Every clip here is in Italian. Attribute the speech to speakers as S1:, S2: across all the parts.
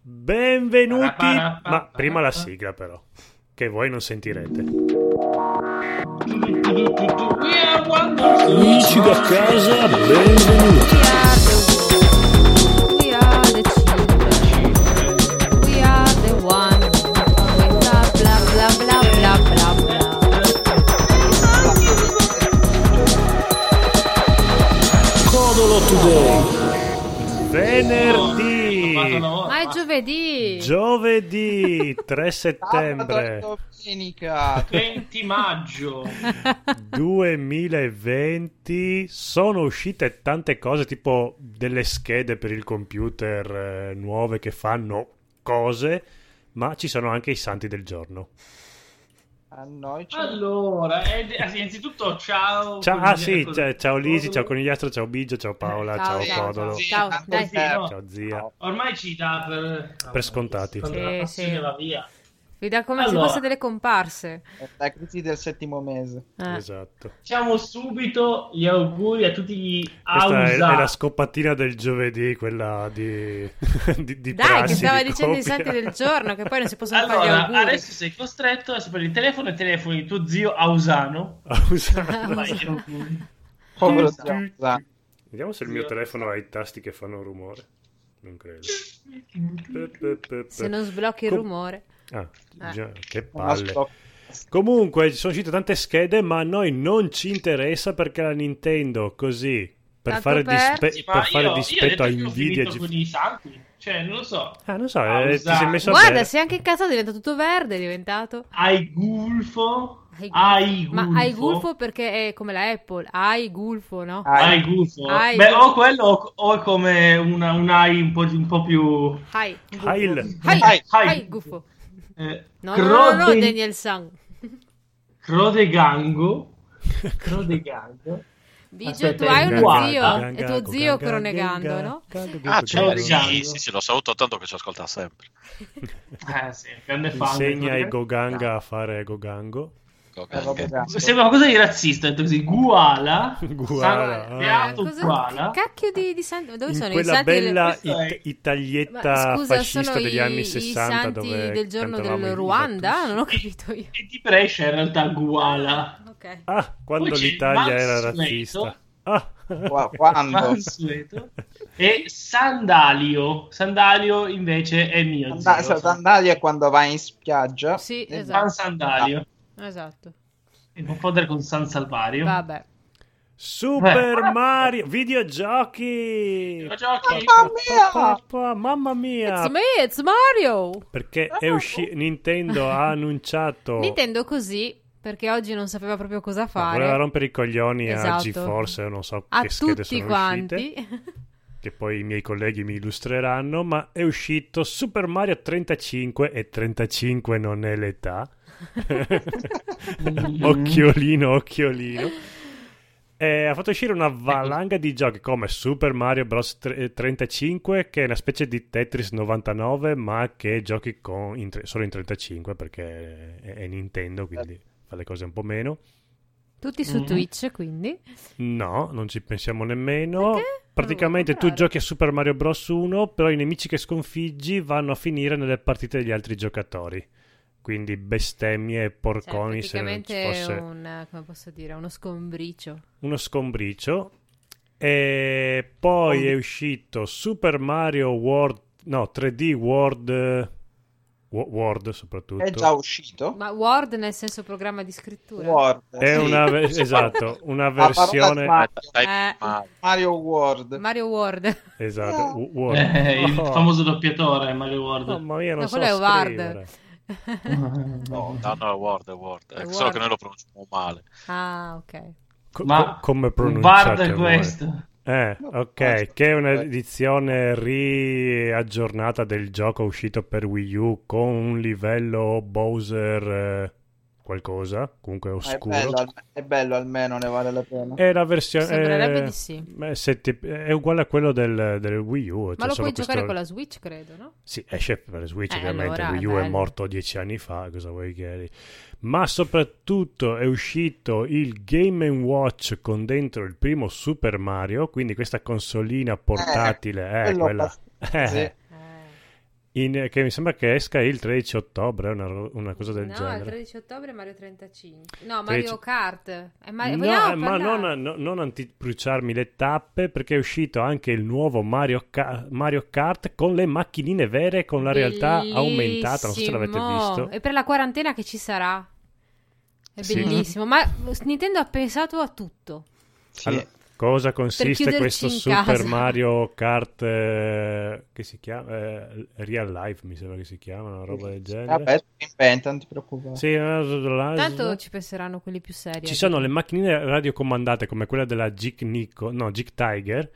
S1: Benvenuti. Ma prima la sigla, però, che voi non sentirete. Amici da casa, benvenuti.
S2: We are the children. We are the one. Blah blah blah blah blah blah blah.
S3: Codolo Today.
S1: Venerdì,
S2: Ma è giovedì!
S1: giovedì 3
S4: Sabato e
S1: settembre
S4: domenica
S5: 20 maggio
S1: 2020 sono uscite tante cose, tipo delle schede per il computer eh, nuove che fanno cose, ma ci sono anche i santi del giorno.
S4: a noi ci
S5: allora eh, eh, innanzitutto ciao ecco
S1: Ciao, ah sì,
S5: Così-
S1: ciao, ciao Lisi, ciao Conigliastro, ciao Biggio, ciao Paola, ciao,
S2: Ciao, ciao,
S1: Codolo,
S4: sì,
S2: Ciao,
S4: tanto
S2: dai.
S4: zero.
S1: ciao Zia.
S5: ormai ci dà per,
S1: Per scontati.
S5: Quando
S2: Sì,
S5: la
S2: sì.
S5: passione va via
S2: Vi dà come se
S5: Allora.
S2: fosse delle comparse.
S4: Eh, La crisi del settimo mese.
S2: Eh.
S1: Esatto.
S5: facciamo subito gli auguri a tutti gli
S1: Questa è, è
S5: ausa
S1: la scoppatina del giovedì, quella di, di, di
S2: Dai,
S1: prassi,
S2: che stava
S1: di
S2: dicendo i
S1: copia.
S2: santi del giorno, che poi non si possono fare gli
S5: allora
S2: auguri.
S5: adesso sei costretto a sapere il telefono e telefoni di tuo zio Ausano
S1: Ah, usate.
S5: Vai, gli auguri.
S4: Povero
S5: Sì.
S4: zio Zan.
S1: Vediamo se il mio telefono ha i tasti che fanno rumore. Non credo. Pe, pe, pe, pe.
S2: Se non sblocchi il
S1: Com-
S2: rumore.
S1: Ah,
S2: Eh.
S1: già, che
S4: Una
S1: palle.
S4: scopp-
S1: Comunque, ci sono uscite tante schede, ma a noi non ci interessa perché la Nintendo, così, per
S2: Tanto
S1: fare,
S2: per-
S1: dispe-
S5: Sì, ma
S1: per fare
S5: io- io ho
S1: dispetto
S5: detto
S1: a
S5: che ho
S1: Nvidia.
S5: finito
S1: G-
S5: con i santi cioè non lo so
S1: Ah, non so,
S5: Ah,
S1: eh, ti
S5: usate.
S1: sei messo a
S2: Guarda,
S1: bere.
S2: se anche in casa diventa tutto verde, è diventato.
S5: ai gulfo
S2: Ai-
S5: ai gulfo
S2: Ma hai gulfo perché è come la Apple, hai gulfo, no?
S4: Ah,
S5: Ai gufo.
S2: Ai.
S5: Beh, o quello o, o è come una, un ai un po', un po' più...
S2: Hai
S1: Hail.
S2: hai
S4: Hai.
S2: hai gufo.
S5: Eh,
S2: No, no, no, no,
S5: crode-
S2: Daniel Sang.
S5: Crodegango. Crodegango.
S2: Biggio, tu
S5: Aspetta,
S2: hai uno
S5: guarda.
S2: zio, è tuo zio cronegando, no?
S4: Ah,
S5: c'è
S1: Il
S5: Goganga.
S6: Sì, sì, sì, lo saluto tanto che ci ascolta sempre.
S5: Eh sì, grande fan. del
S1: Insegna ai
S5: Crodegango.
S1: Goganga a fare Gogango.
S4: è proprio
S6: Ok.
S4: gatto.
S5: Sembra qualcosa di razzista, ho detto così. Guala.
S1: Guala,
S2: eh.
S5: San-
S1: ah.
S5: Beato
S2: Cosa-
S5: Guala.
S2: che cacchio di, di santi? Dove
S1: In
S2: sono i
S1: quella
S2: santi? del-
S1: bella
S5: Questo è-
S1: it- italietta
S2: Ma scusa,
S1: fascista
S2: sono
S1: degli
S2: i,
S1: anni
S2: i
S1: 60
S2: santi
S1: dove
S2: del giorno
S1: cantavamo
S2: del
S1: i
S2: Ruanda?
S1: Battus.
S2: Non ho capito io.
S5: E di Brescia in realtà Guala.
S2: Ok.
S1: Ah, quando
S5: Poi c'è
S1: l'Italia
S5: Max
S1: era
S5: Sueto.
S1: razzista. Ah.
S4: Qua- Quando?
S5: Mansueto. E Sandalio. Sandalio invece è mio zio.
S4: Sanda- Sandalio è quando vai in spiaggia.
S2: Sì,
S4: E-
S2: esatto.
S5: San Sandalio.
S2: Esatto.
S5: E confondere con San Salvario.
S2: Vabbè.
S1: Super
S5: Eh.
S1: Mario, videogiochi!
S5: Lo giochi?
S4: Mamma mia!
S1: Pa, pa, pa, Mamma mia! Oh.
S2: It's me, it's Mario.
S1: Perché è usci- Nintendo ha annunciato
S2: Nintendo così perché oggi non sapeva proprio cosa
S1: voleva
S2: fare.
S1: rompere i coglioni a
S2: Esatto.
S1: GeForce, non so
S2: A
S1: che schede
S2: tutti
S1: sono
S2: quanti.
S1: uscite, che poi i miei colleghi mi illustreranno, ma è uscito Super Mario 35 e 35 non è l'età. occhiolino, occhiolino. E ha fatto uscire una valanga di giochi come Super Mario Bros. tre- 35, che è una specie di Tetris 99, ma che giochi con- in tre- solo in 35 perché è, è Nintendo, quindi fa le cose un po' meno.
S2: Tutti su
S1: Mhm.
S5: Mm.
S2: Twitch, quindi.
S1: No, non ci pensiamo nemmeno.
S2: Perché? Oh,
S1: Praticamente
S2: Non lo
S1: tu
S2: vuoi
S1: giochi a Super Mario Bros. 1, però i nemici che sconfiggi vanno a finire nelle partite degli altri giocatori. Quindi bestemmie e
S2: Cioè,
S1: porconi se non
S2: praticamente
S1: ci fosse
S2: un, eh, come posso dire, uno scombricio.
S1: uno scombricio. E poi è uscito Super Mario World, no, 3D World, eh, Wo- World soprattutto.
S4: È già uscito.
S2: Ma Word nel senso programma di scrittura.
S4: Word.
S1: È
S4: sì. Ah,
S1: una, ve- esatto, una
S4: La parola
S1: versione...
S4: Mario,
S6: Dai,
S2: Eh.
S6: ma-
S4: Mario World.
S2: Mario Word.
S1: Esatto, wo- World.
S5: Eh, il
S1: Oh,
S5: famoso doppiatore Mario World.
S1: Mamma mia, non
S2: No,
S1: so
S2: quello è Ward.
S1: scrivere.
S6: No, no, no, Word, è Word. È
S2: Word.
S6: Solo che noi lo pronunciamo male.
S2: Ah, ok.
S1: Co-
S5: Ma
S1: co- come
S5: Un Bard
S1: pronunciate
S5: è
S1: voi?
S5: questo.
S1: Eh, ok, che è un'edizione riaggiornata del gioco uscito per Wii U con un livello Bowser eh, qualcosa, comunque
S4: Ma È
S1: oscuro.
S4: bello, al- è bello almeno, ne vale la pena.
S1: È la versione...
S2: Sembrerebbe
S1: eh,
S2: di sì.
S1: beh, se ti- è uguale a quello del, del Wii U.
S2: Ma
S1: c'è
S2: lo
S1: solo
S2: puoi giocare
S1: questo-
S2: con la Switch, credo, no?
S1: Sì, esce per Switch
S2: Eh,
S1: ovviamente,
S2: allora,
S1: Wii U è
S2: bello.
S1: morto dieci anni fa, cosa vuoi che... Ma soprattutto è uscito il Game Watch con dentro il primo Super Mario, quindi questa consolina portatile, eh,
S4: Quello
S1: quella...
S4: pass- sì.
S1: Eh, in- che mi sembra che esca il 13 ottobre, una, ro- una cosa del
S2: no, il
S1: genere.
S2: 13 ottobre Mario 35.
S1: 13.
S2: No, Mario Kart. Eh, ma-
S1: No,
S2: vogliamo
S1: eh, ma
S2: parlare?
S1: non, no- non antipruciarmi le tappe perché è uscito anche il nuovo Mario, Ka- Mario Kart con le macchinine vere, con la realtà aumentata, non so se l'avete
S2: Bellissimo.
S1: visto.
S2: E per la quarantena che ci sarà. È
S1: Sì.
S2: bellissimo, ma Nintendo ha pensato a tutto.
S4: Sì.
S1: Allora, cosa consiste
S2: chiuderci
S1: questo
S2: in
S1: Super
S2: casa.
S1: Mario Kart eh, che si chiama eh, Real Life mi sembra che si chiama una roba del genere
S4: Vabbè, si inventa, non ti preoccupare.
S1: Sì, eh,
S2: Tanto ci penseranno quelli più seri. eh.
S1: ci sono le macchinine radiocomandate come quella della Jig Nico no Jig Tiger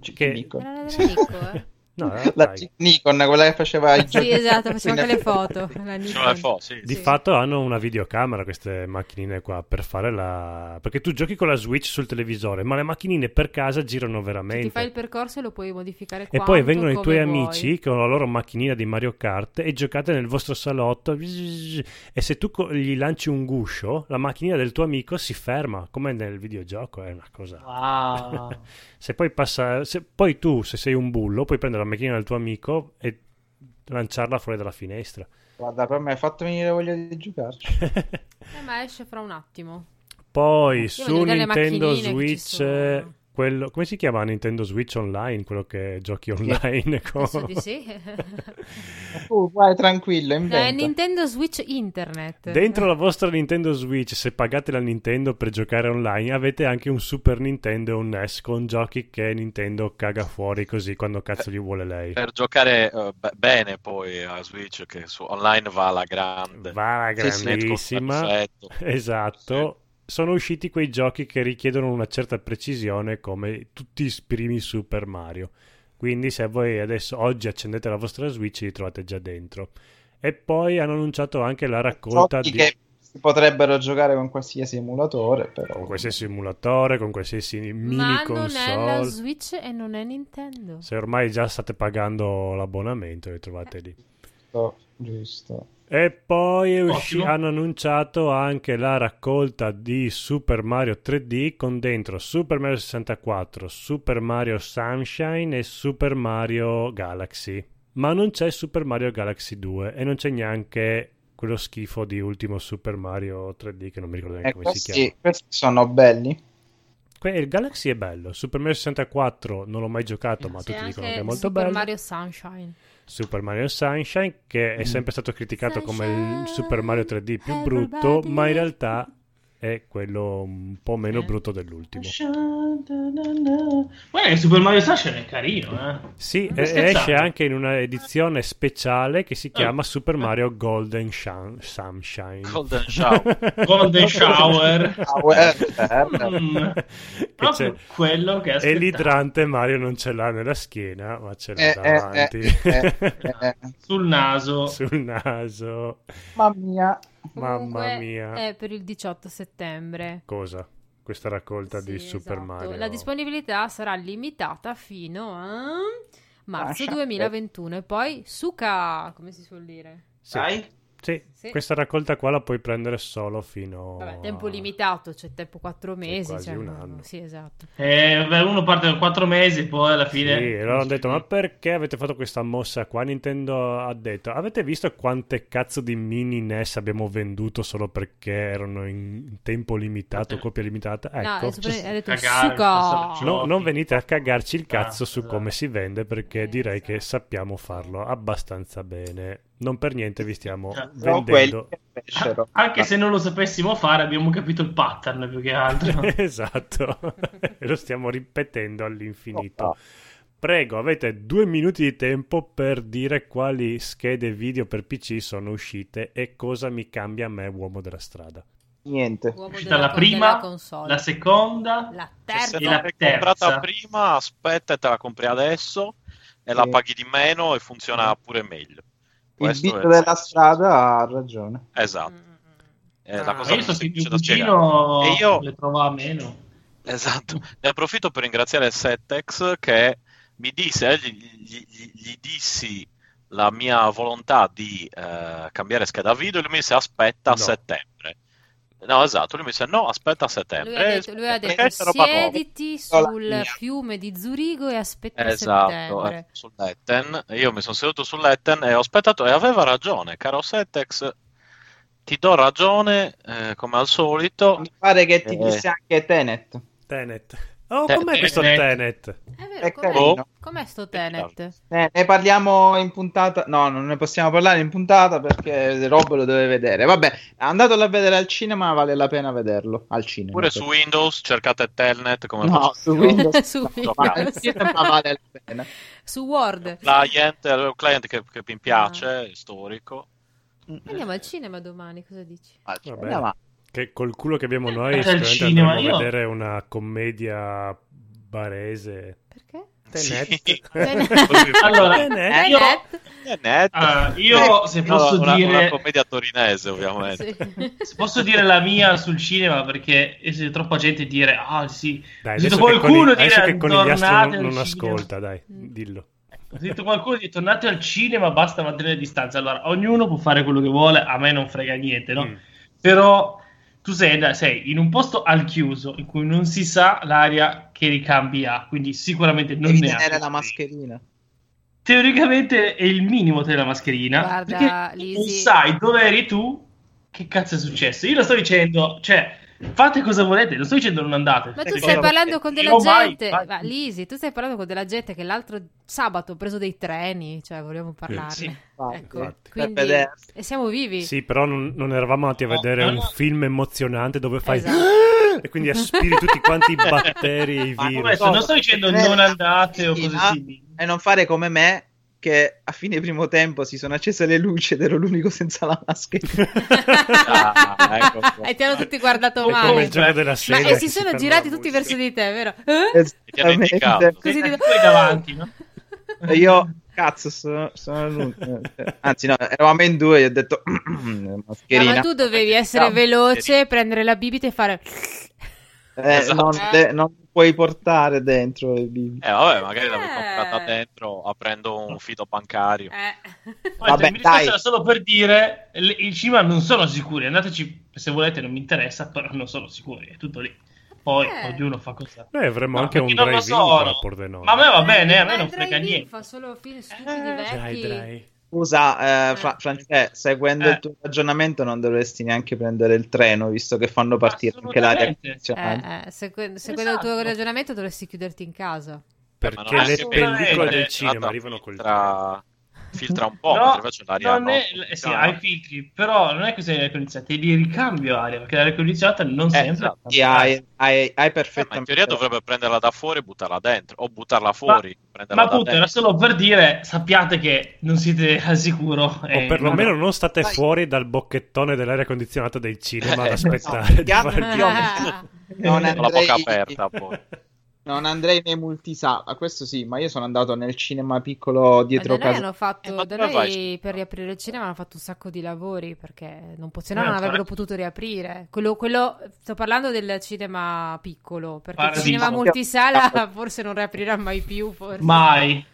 S4: Ci-
S1: che-
S4: Nikon.
S2: Era la della Nico, eh.
S1: no, era
S4: La
S1: Tiger.
S4: Ci- Nikon, quella che faceva i
S2: Sì,
S4: giochi.
S2: esatto, facciamo
S4: Sì,
S2: anche le
S4: ne-
S2: foto. La
S6: Sono
S2: Nikon.
S6: le fo, sì.
S1: di
S2: Sì.
S1: fatto hanno una videocamera queste macchinine qua per fare la perché tu giochi con la Switch sul televisore ma le macchinine per casa girano
S2: Cioè, ti
S1: veramente
S2: fai il percorso e lo puoi modificare
S1: E
S2: quanto,
S1: poi vengono i
S2: come
S1: tuoi
S2: vuoi.
S1: amici con la loro macchinina di Mario Kart e giocate nel vostro salotto. E se tu co- gli lanci un guscio, la macchinina del tuo amico si ferma, come nel videogioco. È una cosa.
S5: Wow.
S2: Ah.
S1: Se poi, passa, se poi tu, se sei un bullo, puoi prendere la macchinina del tuo amico e lanciarla fuori dalla finestra.
S4: Guarda, per me hai fatto venire voglia di giocarci.
S2: Eh, ma esce fra un attimo.
S1: Poi
S2: voglio
S1: su
S2: vedere le
S1: Nintendo
S2: macchinine che ci
S1: Switch,
S2: sono.
S1: eh, quello, come si chiama Nintendo Switch Online? Quello che giochi online con...
S2: Penso di sì.
S4: Tu Uh, vai tranquillo,
S2: No, è
S4: inventa.
S2: Nintendo Switch Internet.
S1: Dentro la vostra Nintendo Switch, se pagate la Nintendo per giocare online, avete anche un Super Nintendo e un NES con giochi che Nintendo caga fuori così quando cazzo gli vuole lei.
S6: Per giocare eh, be- bene poi a Switch, che su online va alla grande.
S1: Va la
S6: Sì, sì.
S1: grandissima.
S6: Perfetto.
S1: Esatto. Sono usciti quei giochi che richiedono una certa precisione come tutti i primi Super Mario. Quindi se voi adesso oggi accendete la vostra Switch li trovate già dentro. E poi hanno annunciato anche la raccolta
S4: Giochi
S1: di...
S4: che si potrebbero giocare con qualsiasi emulatore, però.
S1: con qualsiasi emulatore, con qualsiasi mini
S2: ma non
S1: console.
S2: è la Switch e non è Nintendo.
S1: Se ormai già state pagando l'abbonamento, li trovate lì.
S4: Giusto, giusto.
S1: E poi è usci-
S5: Ottimo.
S1: hanno annunciato anche la raccolta di Super Mario 3D con dentro Super Mario 64, Super Mario Sunshine e Super Mario Galaxy. Ma non c'è Super Mario Galaxy 2 e non c'è neanche quello schifo di ultimo Super Mario 3D che non mi ricordo neanche
S4: E
S1: Eh, come si chiama.
S4: Eh, questi, questi sono belli.
S1: Que- il Galaxy è bello, Super Mario 64 non l'ho mai giocato, ma
S2: C'è
S1: tutti dicono
S2: anche
S1: che è molto
S2: Super
S1: bello.
S2: Mario Sunshine.
S1: Super Mario Sunshine, che
S5: Mm.
S1: è sempre stato criticato come il Super Mario 3D più
S2: Sunshine,
S1: brutto,
S2: everybody.
S1: ma in realtà è quello un po'
S5: Eh.
S1: meno brutto dell'ultimo.
S5: Guarda che Super Mario Sunshine è carino, eh.
S1: Sì,
S5: Ma
S1: e-
S5: scherzate?
S1: esce anche in una edizione speciale che
S5: Eh.
S1: si chiama Super Mario Golden Shun- Sunshine.
S6: Golden Shower.
S5: Golden Shower.
S4: Ah, guarda, guarda.
S5: Mm,
S1: Che
S5: proprio
S1: c'è-
S5: quello che
S1: E
S5: aspettavo.
S1: l'idrante Mario non ce l'ha nella schiena, ma ce l'ha
S4: Eh, eh,
S1: davanti,
S4: eh, eh, eh.
S5: Sul naso.
S1: sul naso.
S4: Mamma mia.
S1: Mamma
S2: Comunque,
S1: mia.
S2: È per il 18 settembre.
S1: Cosa? Questa raccolta di oh.
S2: Sì,
S1: Super
S2: esatto.
S1: Mario.
S2: La disponibilità sarà limitata fino a marzo
S4: Lascia-
S2: 2021 e poi suca, come si suol dire?
S1: Sì.
S5: Dai.
S1: Sì,
S2: Sì.
S1: questa raccolta qua la puoi prendere solo fino
S2: Vabbè, tempo limitato, cioè tempo 4 mesi,
S1: Oh. quasi
S2: cioè,
S1: un
S2: no, no,
S1: anno.
S2: Sì, esatto.
S5: Eh, vabbè, uno parte da quattro mesi, poi alla
S1: Sì,
S5: fine.
S1: loro hanno detto, ma perché avete fatto questa mossa qua? Nintendo ha detto, avete visto quante cazzo di mini NES abbiamo venduto solo perché erano in tempo
S5: Eh.
S1: limitato, copia limitata?
S2: No,
S1: Ecco,
S2: il Super- ha detto
S5: Cioè, Cagare,
S2: suca.
S5: sta-
S1: no, non venite a cagarci il cazzo
S5: Ah,
S1: su
S5: esatto.
S1: come si vende perché
S2: Eh,
S1: direi
S2: esatto.
S1: che sappiamo farlo abbastanza bene. Non per niente vi stiamo
S5: Però
S4: Sono quelli
S1: vendendo.
S4: che fecero.
S5: Ah, Anche se non lo sapessimo fare, abbiamo capito il pattern più che altro.
S1: esatto, E lo stiamo ripetendo all'infinito.
S4: Oh,
S1: Prego, avete due minuti di tempo per dire quali schede video per PC sono uscite e cosa mi cambia a me, uomo della strada.
S4: Niente.
S2: Uomo
S5: Uscita
S2: della
S5: la
S2: con- della
S5: prima,
S2: console.
S5: la seconda.
S2: La
S6: Cioè, se
S2: terza.
S5: E
S6: non
S5: la
S6: l'hai
S5: terza.
S6: comprata prima, aspetta e te la compri adesso e la
S4: Sì.
S6: paghi di meno e funziona pure meglio.
S4: Il
S6: Questo
S4: beat
S6: è-
S4: della strada ha ragione.
S6: Esatto.
S2: Mm, mm,
S6: È la
S1: Ah,
S5: Ma
S6: cosa
S5: io
S6: più
S5: so che
S6: semplice
S5: mio
S6: da spiegare.
S5: cugino
S6: E io-
S5: le trovava meno.
S6: Esatto, ne approfitto per ringraziare Settex che mi disse, eh, gli, gli- gli- gli dissi la mia volontà di eh, cambiare scheda video e lui mi disse aspetta a
S1: No.
S6: settembre. No, esatto, lui mi dice no, aspetta a
S2: Eh, Lui
S6: settembre.
S2: ha detto, lui ha
S6: perché
S2: detto,
S6: c'è eh, roba nuova.
S2: siediti sul fiume di Zurigo e aspetta
S6: Esatto,
S2: settembre.
S6: eh, sull'Etten. Io mi sono seduto sull'Etten e ho aspettato e aveva ragione, caro Settex. Ti do ragione eh, come al solito.
S4: Mi pare che ti
S6: Eh.
S4: disse anche Tenet.
S1: Tenet. Oh,
S6: Te-
S1: com'è questo
S5: Tenet.
S1: Tenet?
S2: È vero,
S4: È
S2: com'è,
S4: carino.
S2: com'è sto Tenet?
S4: Eh, ne parliamo in puntata. No, non ne possiamo parlare in puntata perché Rob lo deve vedere. Vabbè, andatelo a vedere al cinema, vale la pena vederlo. Al cinema.
S6: Pure su Windows cercate Telnet come
S4: No,
S6: faccio
S4: su
S6: io.
S4: Windows.
S2: Su
S4: no,
S2: Windows.
S4: ma al cinema vale la pena.
S2: Su Word.
S6: Client, è un client che, che mi piace, è storico.
S2: Ah. Mm. Andiamo al cinema domani, cosa dici?
S1: Va
S6: Ah,
S4: Andiamo
S1: bene.
S4: avanti.
S1: Che col culo che abbiamo
S5: Eh,
S1: noi,
S5: al
S1: sicuramente
S5: cinema,
S1: andremo a
S5: io-
S1: vedere una commedia barese.
S2: Perché?
S1: Tenet.
S6: Sì.
S2: Tenet.
S5: Allora, eh,
S1: Tenet.
S5: io-
S2: Tenet?
S6: Tenet.
S5: Ah, io, se posso
S6: Eh, una,
S5: dire-
S6: una commedia torinese, ovviamente.
S2: Sì.
S5: Se posso dire la mia sul cinema perché eh, c'è troppa gente dire ah sì
S1: Dai,
S5: Ho sentito
S1: adesso che con, i-
S5: qualcuno dire,
S1: adesso che con gli astro non,
S5: "Tornate al
S1: non
S5: cinema".
S1: ascolta, dai,
S2: Mm.
S1: dillo.
S5: ho sentito qualcuno di tornate al cinema basta mantenere le distanze allora ognuno può fare quello che vuole a me non frega niente no?
S1: Mm.
S5: però tu sei, da- sei in un posto al chiuso in cui non si sa l'aria che ricambi ha quindi sicuramente non
S4: Devi
S5: ne ha
S4: tenere la mascherina.
S5: teoricamente è il minimo della mascherina
S2: Guarda,
S5: perché
S2: Lisi.
S5: non sai dove eri tu che cazzo è successo io lo sto dicendo cioè fate cosa volete lo sto dicendo non andate Cioè,
S2: Ma tu
S5: Perché-
S2: stai parlando con della
S5: Io mai-
S2: gente,
S5: mai-
S2: Ma, Lisi, tu stai parlando con della gente che l'altro sabato ha preso dei treni, cioè vogliamo parlarne.
S5: Sì,
S2: ecco,
S1: infatti.
S2: quindi
S4: Per vedersi.
S2: e siamo vivi.
S1: Sì, però non, non eravamo andati a
S5: No,
S1: vedere
S5: no,
S1: un
S5: no.
S1: film emozionante dove fai... "Ah!"
S2: Esatto.
S1: E quindi aspiri tutti quanti i batteri e i
S4: Ma come
S1: virus.
S5: Adesso non sto
S4: eh,
S5: dicendo non andate o cose
S4: Ah.
S5: simili.
S4: E non fare come me, che a fine primo tempo si sono accese le luci ed ero l'unico senza la mascherina.
S6: Ah, ecco qua.
S2: e ti hanno tutti guardato
S1: È come il
S2: male.
S1: gioco della
S2: Ma
S1: sera.
S2: e
S1: che
S2: si sono
S1: ferma
S2: girati
S1: la
S2: tutti
S1: musica.
S2: verso di te, vero? Eh?
S4: Esattamente.
S6: indicato.
S5: Così
S2: Così dico- eh.
S5: davanti, no?
S4: E Io, cazzo, sono, sono l'unico. cioè, Anzi, no, eravamo in due e ho detto
S2: No,
S4: mascherina.
S2: Ah, ma tu dovevi essere
S4: Ciao.
S2: veloce, prendere la bibita e fare
S4: Eh,
S6: Esatto.
S4: non, de- non puoi portare dentro le bimbi.
S6: Eh, vabbè, magari l'avevo
S2: Eh.
S6: comprata dentro aprendo un fido bancario.
S2: eh.
S5: Poi,
S4: Vabbè,
S5: mi dispiace
S4: dai.
S5: solo per dire, le- i cinema non sono sicuri, andateci se volete, non mi interessa, però non sono sicuri, è tutto lì. Poi
S2: Eh.
S5: ognuno fa cosa.
S1: Noi avremmo
S5: No,
S1: Eh, anche un
S5: perché non lo
S1: drive-in
S5: sono.
S1: qua a Pordenone.
S5: Ma a me va bene, a me
S2: Ma
S5: non
S2: il
S5: frega
S2: drive-in
S5: niente.
S2: Fa solo film stupidi
S5: Eh,
S1: Dai,
S2: vecchi.
S1: dai.
S4: Scusa, eh,
S2: Eh.
S4: Fra- Francesco, seguendo
S5: Eh.
S4: il tuo ragionamento non dovresti neanche prendere il treno, visto che fanno partire anche l'aria
S5: Assolutamente.
S4: condizionata.
S2: Eh, eh, se que- se quello è il tuo
S5: Esatto.
S2: ragionamento dovresti chiuderti in casa.
S1: Perché
S6: Ma non è
S1: le
S6: che
S1: pellicole
S5: sicuramente-
S1: del cinema
S6: filtra-
S1: arrivano col
S6: filtra, filtra un po',
S5: No,
S6: mentre invece l'aria
S5: non
S6: no.
S5: è, eh, sì, hai i filtri, però non è che sei l'aria condizionata, te li ricambio aria, perché l'aria condizionata non sempre...
S6: esatto.
S4: Sì, hai, hai- hai
S6: Eh, ma in
S4: perfettamente.
S6: teoria dovrebbe prenderla da fuori e buttarla dentro, o buttarla fuori, prenderla
S5: Ma
S6: da
S5: appunto, era
S6: dentro.
S5: solo per dire, sappiate che non siete al sicuro. eh,
S1: O perlomeno non state
S4: Dai.
S1: fuori dal bocchettone dell'aria condizionata del cinema ad
S6: Eh,
S1: aspettare di
S4: Chiaro,
S2: Eh,
S1: fare il
S4: io-
S1: film.
S4: non
S6: Con la
S4: andrei-
S6: bocca aperta poi.
S4: Non andrei nei multisala, questo sì, ma io sono andato nel cinema piccolo
S2: Ma
S4: dietro
S2: da noi
S4: casa.
S2: hanno
S6: Eh,
S2: fatto,
S6: ma
S2: da
S6: dove
S2: noi
S6: vai?
S2: per riaprire il cinema hanno fatto un sacco di lavori perché non, po- se no
S5: Eh,
S2: non
S5: infatti.
S2: avrebbero potuto riaprire. Quello, quello- sto parlando del cinema piccolo, perché
S5: Paradiso.
S2: il cinema multisala forse non riaprirà mai più. Forse.
S5: Mai.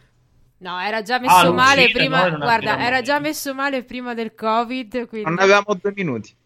S2: No, era già messo
S5: Ah, non
S2: male
S5: uscire,
S2: prima.
S5: noi non
S2: guarda,
S5: apriremo
S2: era
S5: mai.
S2: già messo male prima del Covid. Quindi...
S4: Non avevamo due minuti.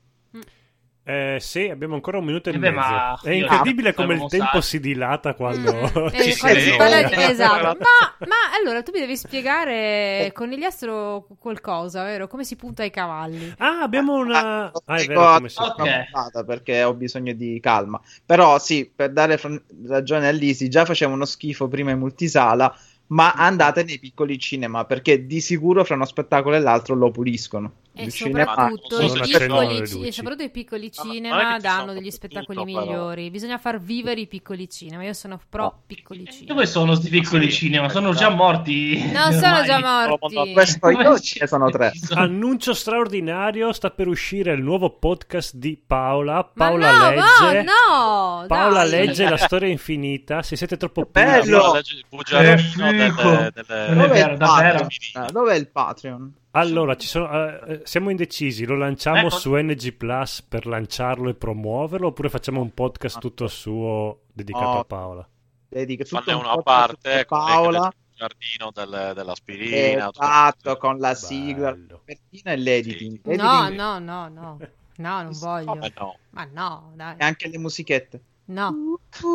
S1: Eh, sì, abbiamo ancora un minuto e
S5: Eh beh,
S1: mezzo.
S5: ma-
S1: È incredibile
S5: Ah,
S1: come il
S5: siamo
S1: tempo
S5: salvi.
S1: si dilata quando
S2: Mm.
S1: ci
S2: Eh,
S1: si
S2: quando si
S6: ritrova.
S2: parla di-
S6: Eh,
S2: esatto.
S6: guarda.
S2: ma, ma allora tu mi devi spiegare con gli astro qualcosa, vero? Come si punta ai cavalli?
S1: Ah, abbiamo una...
S4: Ah,
S1: Ah, è
S4: dico
S1: vero
S4: a-
S1: come si...
S5: Ok.
S4: una puntata perché ho bisogno di calma. Però sì, per dare fr- ragione a Lisi, già facevano uno schifo prima in multisala, ma andate nei piccoli cinema perché di sicuro fra uno spettacolo e l'altro lo puliscono.
S2: E
S4: Il cinema-
S2: Eh, soprattutto,
S6: non
S2: i
S6: so se ci
S1: sono
S2: piccoli,
S1: le
S2: ci-
S1: luci.
S2: soprattutto i piccoli
S6: Ma- ma non è che
S2: cinema
S6: ci
S2: danno
S6: sono
S2: degli
S6: tutto,
S2: spettacoli
S6: però.
S2: migliori. Bisogna far vivere i piccoli cinema. Io sono pro piccoli cinema.
S5: Dove sono sti piccoli
S6: Sì,
S5: cinema? Sono
S6: esatto.
S5: già morti.
S2: Non sono
S5: ormai.
S2: già
S6: Sono
S2: morti.
S4: Questo
S5: Come
S4: io
S5: ci-
S4: ce ne sono tre.
S5: ci sono-
S1: Annuncio straordinario, sta per uscire il nuovo podcast di Paola.
S2: Ma
S1: Paola
S2: no,
S1: legge.
S2: no, no,
S1: Paola
S2: dai.
S1: legge la storia infinita. Se siete troppo
S4: Che bello!
S1: pigri-
S6: Allora, leggi il bugiardino
S5: Eh,
S6: delle-
S5: fico.
S6: delle-
S5: Non è
S4: Dov'è
S5: vero,
S4: il
S5: davvero.
S4: Patreon? Ah, Dov'è il Patreon?
S1: Allora, ci sono, eh, eh, siamo indecisi, lo lanciamo
S5: Ecco.
S1: su NG Plus per lanciarlo e promuoverlo oppure facciamo un podcast tutto suo dedicato
S2: Oh,
S4: No.
S1: a Paola?
S4: Dedica tutto
S6: Fanno
S4: un
S6: una
S4: podcast
S6: parte
S4: su
S6: con le-
S4: Paola,
S6: il giardino del- dell'aspirina. tutto
S4: esatto, con la sigla, la
S1: Bello.
S4: copertina e l'editing.
S2: No,
S4: Editing-
S2: no, no, no. No, non voglio.
S6: Vabbè, Eh, no.
S2: Ma no, dai.
S4: E anche le musichette.
S2: No.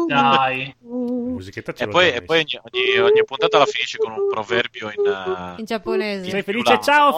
S5: Dai,
S1: La musichetta ce
S6: E
S1: l'ho
S6: poi,
S1: già
S6: e poi ogni, ogni- ogni puntata la finisci con un proverbio in, eh,
S2: In giapponese.
S1: Sei
S6: più
S1: felice?
S6: là.
S1: Ciao,